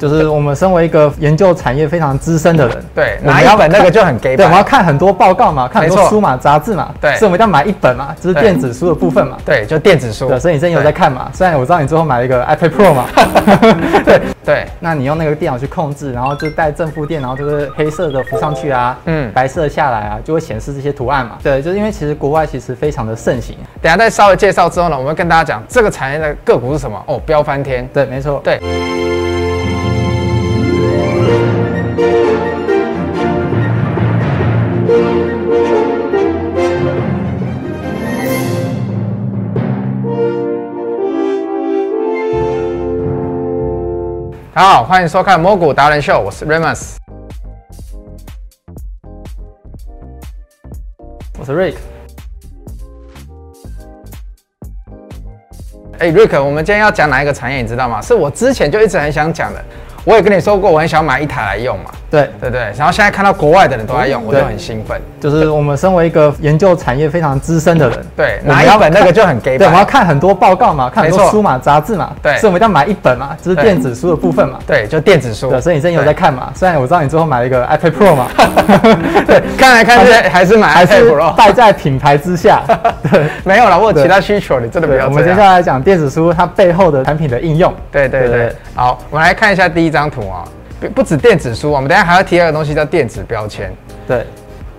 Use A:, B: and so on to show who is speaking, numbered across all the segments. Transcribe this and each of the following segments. A: 就是我们身为一个研究产业非常资深的人，
B: 对，
A: 我
B: 拿
A: 们
B: 一
A: 要
B: 本那个就很
A: 对
B: gay，，
A: 我们要看很多报告嘛，看很
B: 没
A: 多
B: 错
A: 书嘛、杂志嘛，
B: 对
A: 所以我们一定要买一本嘛，就是
B: 对
A: 电子书的部分嘛。
B: 对，就电子书
A: 对，，所以你最近有在看嘛？虽然我知道你最后买了 一个 iPad Pro 嘛， 对，
B: 对，
A: 那你用那个电脑去控制，然后就带正负电，然后就是黑色的浮上去啊，嗯
B: 嗯，
A: 白色下来啊，就会显示这些图案嘛。对，就是因为其实国外其实非常的盛行，
B: 等一下再稍微介绍之后呢，我们会跟大家讲这个产业的个股是什么哦，飙翻天。
A: 对，没错，
B: 对，大家好，欢迎收看《摸骨达人秀》，我是 Remus。
A: 我是 Rick。
B: 哎、瑞 r i c 我们今天要讲哪一个产业，你知道吗？是我之前就一直很想讲的，我也跟你说过，我很想买一台来用嘛，
A: 对，
B: 对不对？然后现在看到国外的人都在用，我就很兴奋。
A: 就是我们身为一个研究产业非常资深的人，
B: 对，
A: 我
B: 拿
A: 们
B: 一
A: 要
B: 本那个
A: 看
B: 就很 gay
A: 对，我们要
B: 版。
A: 看很多报告嘛，看很
B: 没
A: 多
B: 错
A: 书嘛、杂志嘛，
B: 对
A: 所以我们一定要买一本嘛，就是
B: 对
A: 电子书的部分嘛。
B: 对，就电子书。
A: 对，所以你最近有在看嘛？虽然我知道你最后买了一个 iPad Pro 嘛，
B: 对， 看来看去
A: 还是
B: 还是买
A: 还
B: iPad
A: 是
B: Pro。
A: 败在品牌之 下。对，
B: 没有了，我有其他需求，你真的不
A: 对，
B: 要
A: 我们
B: 这
A: 接
B: 样。
A: 下来讲电子书它背后的产品的应用。
B: 对对对，好，我们来看一下第一张图啊、不不止电子书，我们等一下还要提到一个东西叫电子标签。
A: 对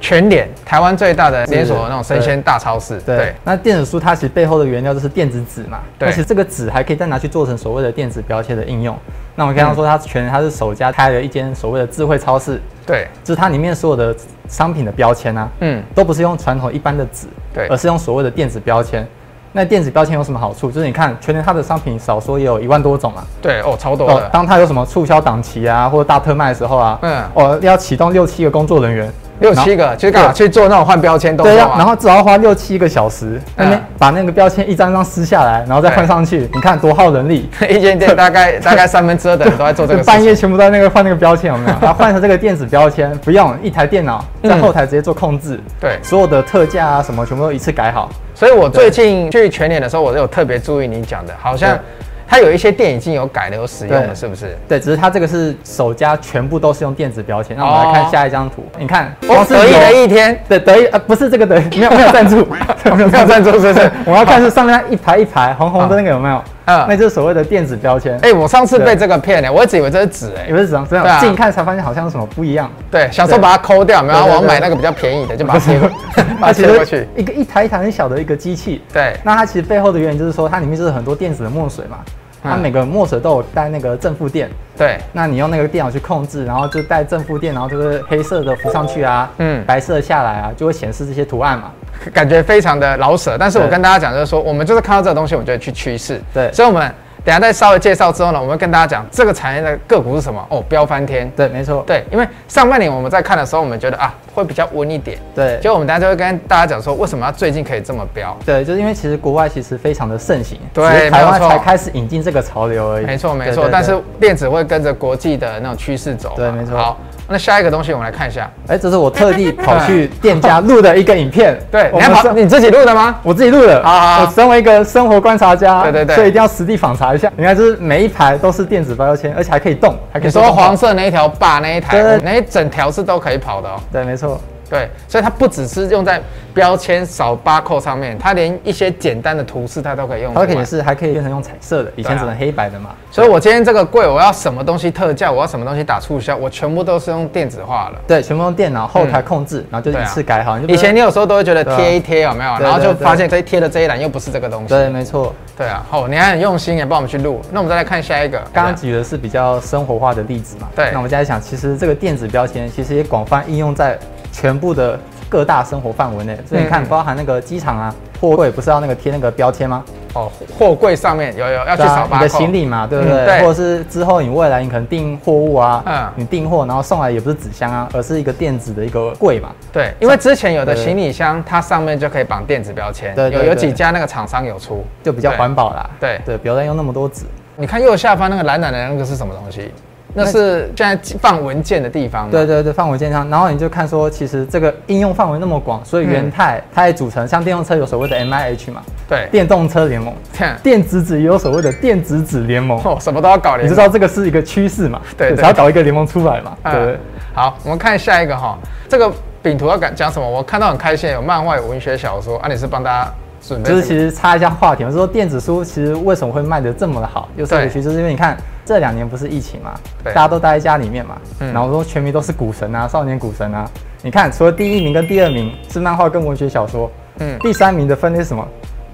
B: 全联，台湾最大的连锁的那种生鲜大超市。
A: 对
B: 对
A: 那电子书它其实背后的原料就是电子纸嘛，
B: 对
A: 而且这个纸还可以再拿去做成所谓的电子标签的应用。那我们刚
B: 嗯
A: 刚说它全它是首家开了一间所谓的智慧超市，
B: 对，
A: 就是它里面所有的商品的标签啊，
B: 嗯，
A: 都不是用传统一般的纸，
B: 对
A: 而是用所谓的电子标签。那电子标签有什么好处？就是你看，全年它的商品少说也有一万多种嘛。
B: 对哦，超多
A: 哦，
B: 的，
A: 当它有什么促销档期啊，或者大特卖的时候啊，
B: 嗯
A: 哦，要启动六七个工作人员，
B: 六七
A: 然后，
B: 个，就是干嘛去做那种换标签动作
A: 对呀、
B: 啊？嗯
A: 然后至少要花六七个小时，那边把那个标签一张张撕下来，然后再换
B: 对
A: 上去，你看多耗人力。
B: 一间店 大概大概三分之二的人都在做这
A: 就
B: 个事
A: 半
B: 情。
A: 夜全部都在那个换那个标签有没有？然后换成这个电子标签，不用一台电脑在
B: 嗯
A: 后台直接做控制，
B: 对，
A: 所有的特价啊什么全部都一次改好。
B: 所以我最近去全联的时候，我有特别注意你讲的，好像
A: 对
B: 它有一些店已经有改了，有使用
A: 对
B: 了，是不是？
A: 对，只是它这个是首家全部都是用电子标签。那我们来看
B: 哦
A: 下一张图，你看，
B: 我得意
A: 有
B: 的一天，
A: 对得意呃不是这个得意，没有没有赞 助，没有？
B: 没有赞助是不是
A: 我要看是上面那一排一排红红的那个 有没有？
B: 嗯
A: 那就是所谓的电子标签。
B: 哎、我上次被这个骗了，我一直以为这是纸哎、
A: 也不是长这
B: 对
A: 样，
B: 啊
A: 近看才发现好像有什么不一 样。
B: 对，想说把它抠掉，没有，
A: 对对
B: 我要
A: 对
B: 买那个比较便宜的，就把它贴过， 把它
A: 它其
B: 贴过
A: 实
B: 去。
A: 一个一台一台很小的一个机器，
B: 对
A: 那它其实背后的原因就是说，它里面就是很多电子的墨水嘛，它
B: 嗯
A: 每个墨水都有带那个正负电，
B: 对
A: 那你用那个电脑去控制，然后就带正负电，然后就是黑色的浮上去啊，嗯
B: 嗯，
A: 白色下来啊，就会显示这些图案嘛。
B: 感觉非常的老舍。但是我
A: 对
B: 跟大家讲，就是说我们就是看到这个东西，我们就会去趋势。
A: 对
B: 所以我们等一下再稍微介绍之后呢，我们会跟大家讲这个产业的个股是什么哦，飙翻天。
A: 对，没错，
B: 对，因为上半年我们在看的时候，我们觉得啊会比较温一点，
A: 对，嗯就
B: 就我们大家就会跟大家讲说，为什么它最近可以这么飙？
A: 对，就是因为其实国外其实非常的盛行，
B: 对
A: 只是台湾
B: 没有错
A: 才开始引进这个潮流而已。
B: 没错没
A: 对
B: 错，
A: 对
B: 但是
A: 对
B: 电子会跟着国际的那种趋势走嘛。
A: 对没错
B: 好，那下一个东西我们来看一下。
A: 哎，这是我特地跑去店家录的一个影片，
B: 对，
A: 我
B: 你还
A: 们
B: 跑
A: 是。
B: 你自己录的吗？
A: 我自己录的
B: 好好好
A: 我身为一个生活观察家，
B: 对对对
A: 所以一定要实地访查一下。你看，就是每一排都是电子标签，而且还可以动，还可
B: 你
A: 以
B: 说
A: 动
B: 黄，色那一条坝那一台，
A: 对对
B: 那一整条是都可以跑的哦。
A: 对，没错，
B: 对，所以它不只是用在标签、扫八扣上面，它连一些简单的图示它都可以用出
A: 它
B: 来。
A: 可以是还可以变成用彩色的，以前
B: 对啊
A: 只能黑白的嘛。
B: 所以我今天这个柜，我要什么东西特价，我要什么东西打促销，我全部都是用电子化了。
A: 对，全部用电脑后台控制，然后就一次改好。你就不
B: 嗯啊以前
A: 用
B: 你有时候都会觉得
A: 对啊
B: 贴一贴有没有，
A: 对
B: 然后就
A: 对对
B: 发现这贴的这一栏又不是这个东西。
A: 对，没错。
B: 对啊，好，你还很用心也帮我们去录。那我们再来看下一个，
A: 刚刚举的是比较生活化的例子嘛。
B: 啊对
A: 那我们现在想，其实这个电子标签其实也广泛应用在全部的各大生活范围内。所以你看，
B: 嗯
A: 包含那个机场啊、货柜，不是要那个贴那个标签吗？
B: 哦，货柜上面有有要去
A: 对啊
B: 扫
A: 你
B: 八
A: 的
B: 扣
A: 行。李嘛，对不对？
B: 嗯对
A: 或者是之后你未来你可能订货物啊，
B: 嗯
A: 你订货然后送来也不是纸箱啊，而是一个电子的一个柜嘛。
B: 对，因为之前有的
A: 对
B: 行李箱，它上面就可以绑电子标签，
A: 对对
B: 有有
A: 对
B: 几家那个厂商有出，
A: 就比较
B: 对
A: 环保啦，
B: 对
A: 对，不要再用那么多纸。
B: 你看右下方那个蓝蓝的那个是什么东西？那是现在放文件的地方嘛。
A: 对对对，范围健康，然后你就看说，其实这个应用范围那么广，所以元
B: 嗯
A: 泰它也组成像电动车有所谓的 MIH 嘛，
B: 对
A: 电动车联盟，
B: 对，
A: 电子纸也有所谓的电子纸联盟，
B: 哦，什么都要搞联
A: 你
B: 盟。
A: 就知道这个是一个趋势嘛，
B: 对对
A: 只要搞一个联盟出来嘛，对不
B: 嗯
A: 对？，
B: 好，我们看下一个哈，这个饼图要讲讲什么？我看到很开心，有漫画，有文学小说，啊，你是帮大家准备
A: 就
B: 什么，
A: 是其实插一下话题，我是说电子书其实为什么会卖得这么的好，有所
B: 对
A: 其实就是因为你看这两年不是疫情嘛，
B: 嗯对
A: 大家都待在家里面嘛，
B: 嗯
A: 然后说全民都是股神啊，少年股神啊，你看除了第一名跟第二名是漫画跟文学小说，
B: 嗯
A: 第三名的分类是什么？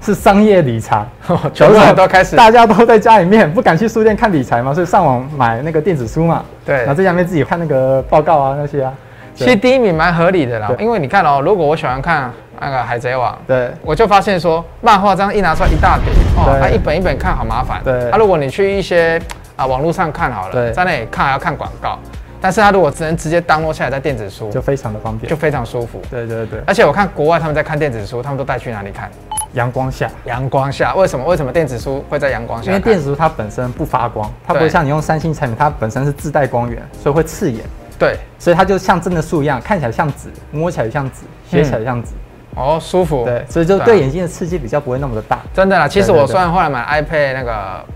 A: 是商业理财，
B: 全部人都开始
A: 大家都在家里面不敢去书店看理财嘛，所以上网买那个电子书嘛，
B: 对
A: 然后在家里面自己看那个报告啊那些啊，
B: 其实第一名蛮合理的啦，
A: 对
B: 因为你看哦，如果我喜欢看那个《海贼王》，
A: 对
B: 我就发现说，漫画这样一拿出来一大叠，哦，
A: 对
B: 它、一本一本看好麻烦。
A: 对
B: 啊，如果你去一些啊网络上看好了，
A: 对
B: 在那里看还要看广告，但是它如果只能直接 download 下来在电子书，
A: 就
B: 就
A: 非常的方便，
B: 非常舒服。
A: 对对对，
B: 而且我看国外他们在看电子书，他们都带去哪里看？
A: 阳光下。
B: 阳光下。为什么？为什么电子书会在阳光
A: 因
B: 下看？
A: 为电子书它本身不发光，它不
B: 对
A: 会像你用三星产品，它本身是自带光源，所以会刺眼，
B: 对
A: 所以它就像真的树一样，看起来像纸，摸起来像纸，写起来像纸，
B: 哦，舒服。
A: 对，所以就
B: 嗯啊
A: 对眼睛的刺激比较不会那么的大。
B: 真的啦，其实
A: 对对
B: 我
A: 对
B: 虽然后来买 iPad 那个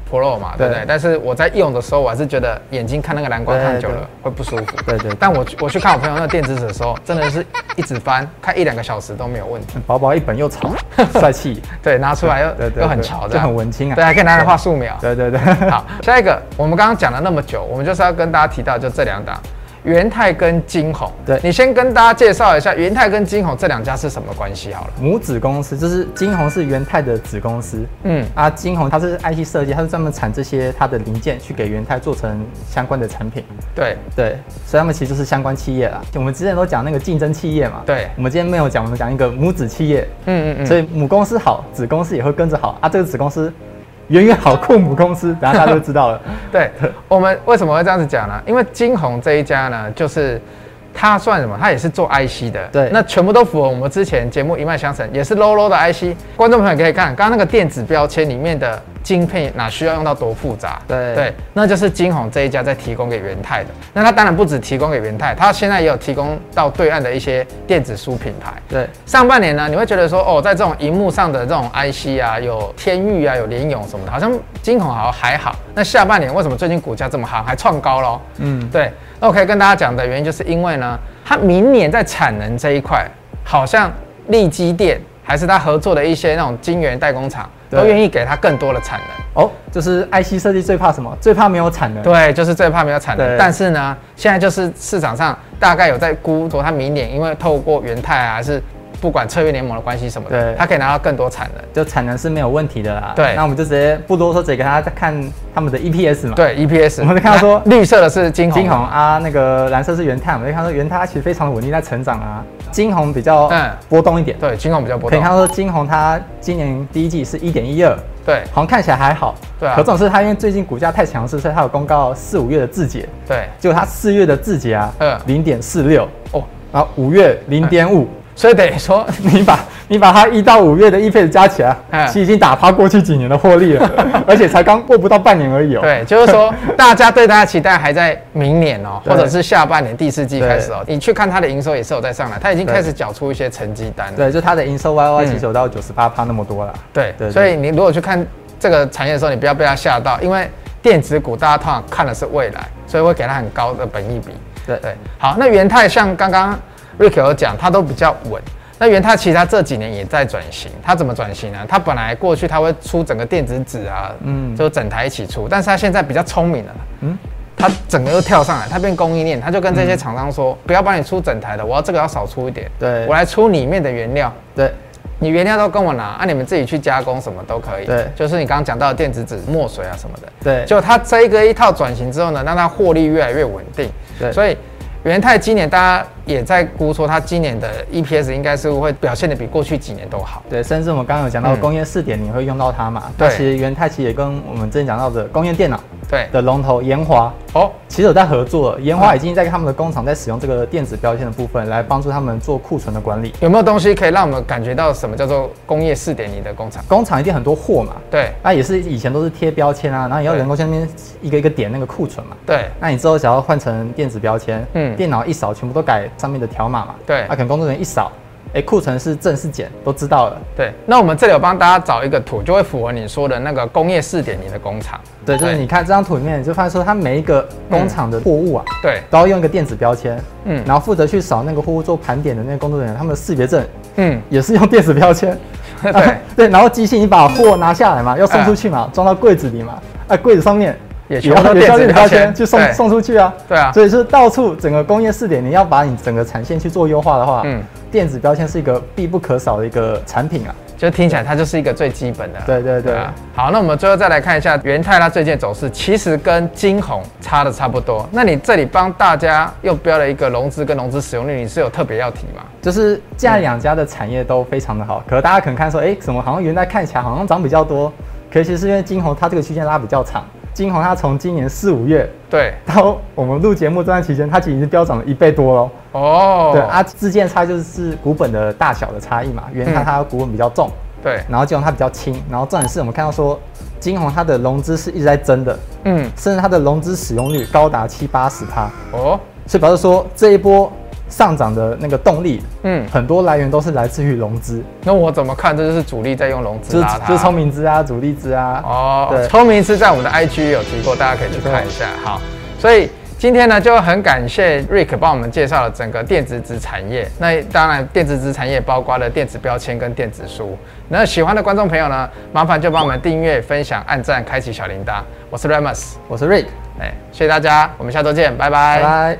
B: Pro 嘛，对不对
A: 对？
B: 但是我在用的时候，我还是觉得眼睛看那个蓝光
A: 对
B: 看久
A: 对
B: 了会不舒服。
A: 对对对
B: 但我去我去看我朋友那个电子纸的时候，真的是一直翻，看一两个小时都没有问题。
A: 薄薄一本又 潮，帅气，
B: 对，拿出来
A: 对对
B: 又
A: 对
B: 又很潮，
A: 就
B: 这样
A: 很文青啊
B: 对，还可以拿来画素描。
A: 对对 对，
B: 好，下一个，我们刚刚讲了那么久，我们就是要跟大家提到就这两档。元泰跟金鸿，
A: 对
B: 你先跟大家介绍一下元泰跟金鸿这两家是什么关系好了。
A: 母子公司就是金鸿是元泰的子公司，
B: 嗯，
A: 啊，金鸿它是 IC 设计，它是专门产这些它的零件去给元泰做成相关的产品。
B: 对，
A: 对，所以他们其实就是相关企业啦。我们之前都讲那个竞争企业嘛，
B: 对
A: 我们今天没有讲，我们讲一个母子企业，
B: 嗯嗯嗯，
A: 所以母公司好，子公司也会跟着好啊。这个子公司远远好过母公司，等下大家就知 道了。
B: 对，我们为什么会这样子讲呢？因为金鸿这一家呢，就是它算什么？它也是做 IC 的。
A: 对
B: 那全部都符合我们之前节目一脉相承，也是 low low 的 IC。观众朋友可以看，刚刚那个电子标签里面的晶片哪需要用到多复杂？
A: 对
B: 对，那就是金鸿这一家在提供给元泰的。那它当然不只提供给元泰，它现在也有提供到对岸的一些电子书品牌。
A: 对
B: 上半年呢，你会觉得说，哦，在这种荧幕上的这种 IC 啊，有天域啊，有联咏什么的，好像金鸿好像还好。那下半年为什么最近股价这么夯，还创高喽？
A: 嗯，
B: 对，那我可以跟大家讲的原因，就是因为呢，它明年在产能这一块，好像利基电还是它合作的一些那种晶圆代工厂，
A: 对
B: 都愿意给它更多的产能。
A: 哦，就是 IC 设计最怕什么？最怕没有产能。
B: 对，就是最怕没有产能。
A: 对
B: 但是呢，现在就是市场上大概有在估说，它明年因为透过元泰啊，还是不管策略联盟的关系什么的，
A: 对
B: 它可以拿到更多产能。
A: 就产能是没有问题的啦。
B: 对
A: 那我们就直接不多说，直接给大家看他们的 EPS 嘛。，
B: 对 EPS，
A: 我们就看到说
B: 那绿色的是金红，
A: 金鸿啊，那个蓝色是元泰，我们就看到元泰它其实非常的稳定在成长啊。金鸿比较
B: 嗯
A: 波动一点，
B: 对金红比较波
A: 可以
B: 动
A: 看，到说金鸿它今年第一季是一点一二，
B: 对
A: 好像看起来还好。
B: 对啊
A: 可总是它因为最近股价太强势，所以它有公告四五月的字节，
B: 对
A: 结果它四月的字节啊
B: 嗯，
A: 零点四六，
B: 哦，
A: 然后五月零点五，
B: 所以等于说
A: 你把你把它一到五月的 e p 加起来
B: 嗯，
A: 其实已经打趴过去几年的获利 了，而且才刚过不到半年而已哦。
B: 对，就是说大家对它的期待还在明年哦，
A: 对
B: 或者是下半年第四季开始哦。你去看它的营收也是有在上来，它已经开始缴出一些成绩单了。
A: 对，就它的营收 Y Y
B: 嗯
A: 其实有到九十八趴那么多啦。
B: 对
A: 对对
B: 所以你如果去看这个产业的时候，你不要被它吓到，因为电子股大家通常看的是未来，所以会给它很高的本益比。
A: 对
B: 对，好，那元泰像刚刚 Rick 有讲，它都比较稳。那元泰其实它这几年也在转型，它怎么转型呢？它本来过去它会出整个电子纸啊，嗯，
A: 嗯
B: 就整台一起出，但是它现在比较聪明了，嗯
A: 嗯，
B: 它整个又跳上来，它变供应链，它就跟这些厂商说，不要帮你出整台的，我要这个要少出一点，
A: 对
B: 我来出里面的原料，
A: 对
B: 你原料都跟我拿，啊，你们自己去加工什么都可以。
A: 对
B: 就是你刚刚讲到的电子纸、墨水啊什么的。
A: 对
B: 就它这一个一套转型之后呢，让它获利越来越稳定。
A: 对
B: 所以元泰今年大家也在估说，它今年的 EPS 应该是会表现的比过去几年都好。
A: 对，甚至我们刚刚有讲到
B: 嗯
A: 工业四点零会用到它嘛？
B: 对
A: 那其实元泰其实也跟我们之前讲到的工业电脑
B: 对，
A: 的龙头研华，
B: 哦，
A: 其实有在合作了。研
B: 嗯
A: 华已经在他们的工厂在使用这个电子标签的部分来帮助他们做库存的管理。
B: 有没有东西可以让我们感觉到什么叫做工业四点零的工厂？
A: 工厂一定很多货嘛，
B: 对
A: 那也是以前都是贴标签啊，然后也要
B: 对
A: 人工下面一个一个点那个库存嘛。
B: 对
A: 那你之后想要换成电子标签，
B: 嗯
A: 嗯，电脑一扫全部都改上面的条码嘛，啊
B: 对
A: 那、可能工作人员一扫，哎，库存是正是减都知道了，
B: 对。那我们这里有帮大家找一个图，就会符合你说的那个工业四点零的工厂。
A: 对，就是你看这张图里面，你就发现说它每一个工厂的货物啊，
B: 对，
A: 都要用一个电子标签，
B: 嗯
A: 嗯，然后负责去扫那个货物做盘点的那个工作人员，他们的识别证
B: 嗯，
A: 也是用电子标签，
B: 对，嗯
A: 对，然后机器你把货拿下来嘛，要送出去嘛，装到柜子里嘛，啊，柜子上面
B: 也全
A: 也
B: 部都
A: 要也
B: 电
A: 要
B: 子
A: 电子
B: 标
A: 标
B: 签
A: 签去送
B: 对
A: 送出去啊，
B: 对啊
A: 所以是到处整个工业四点零要把你整个产线去做优化的话，
B: 嗯
A: 嗯，电子标签是一个必不可少的一个产品啊，
B: 就听起来它就是一个最基本的。
A: 对对对。
B: 啊好，那我们最后再来看一下元泰它最近的走势，其实跟金红差的差不多。那你这里帮大家又标了一个融资跟融资使用率，你是有特别要提吗？
A: 就是这样两家的产业都非常的好，可是大家可能看说，哎、怎么好像原来看起来好像涨比较多，可其实是因为金红它这个区间拉比较长，金红它从今年四五月
B: 对，
A: 到我们录节目这段期间，它其实已经飙涨了一倍多喽。
B: 哦，
A: 对啊，自建差就是股本的大小的差异嘛，原
B: 嗯
A: 它它股本比较重，
B: 对，
A: 然后金红它比较轻，然后重点是我们看到说，金红它的融资是一直在增的，
B: 嗯，
A: 甚至它的融资使用率高达七八十趴，
B: 哦，
A: 所以表示说这一波上涨的那个动力
B: 嗯，
A: 很多来源都是来自于融资，
B: 那我怎么看？这就是主力在用融资
A: 就是
B: 拉它。
A: 就是聪明资啊、主力资啊。
B: 哦
A: 对，
B: 聪明是在我们的 IG 有提过，大家可以去看一下。好，所以今天呢，就很感谢 Rick 帮我们介绍了整个电子纸产业。那当然，电子纸产业包括了电子标签跟电子书。那喜欢的观众朋友呢，麻烦就帮我们订阅、分享、按赞、开启小铃铛。我是 Remus，
A: 我是 Rick，
B: 哎，谢谢大家，我们下周见，
A: 拜拜。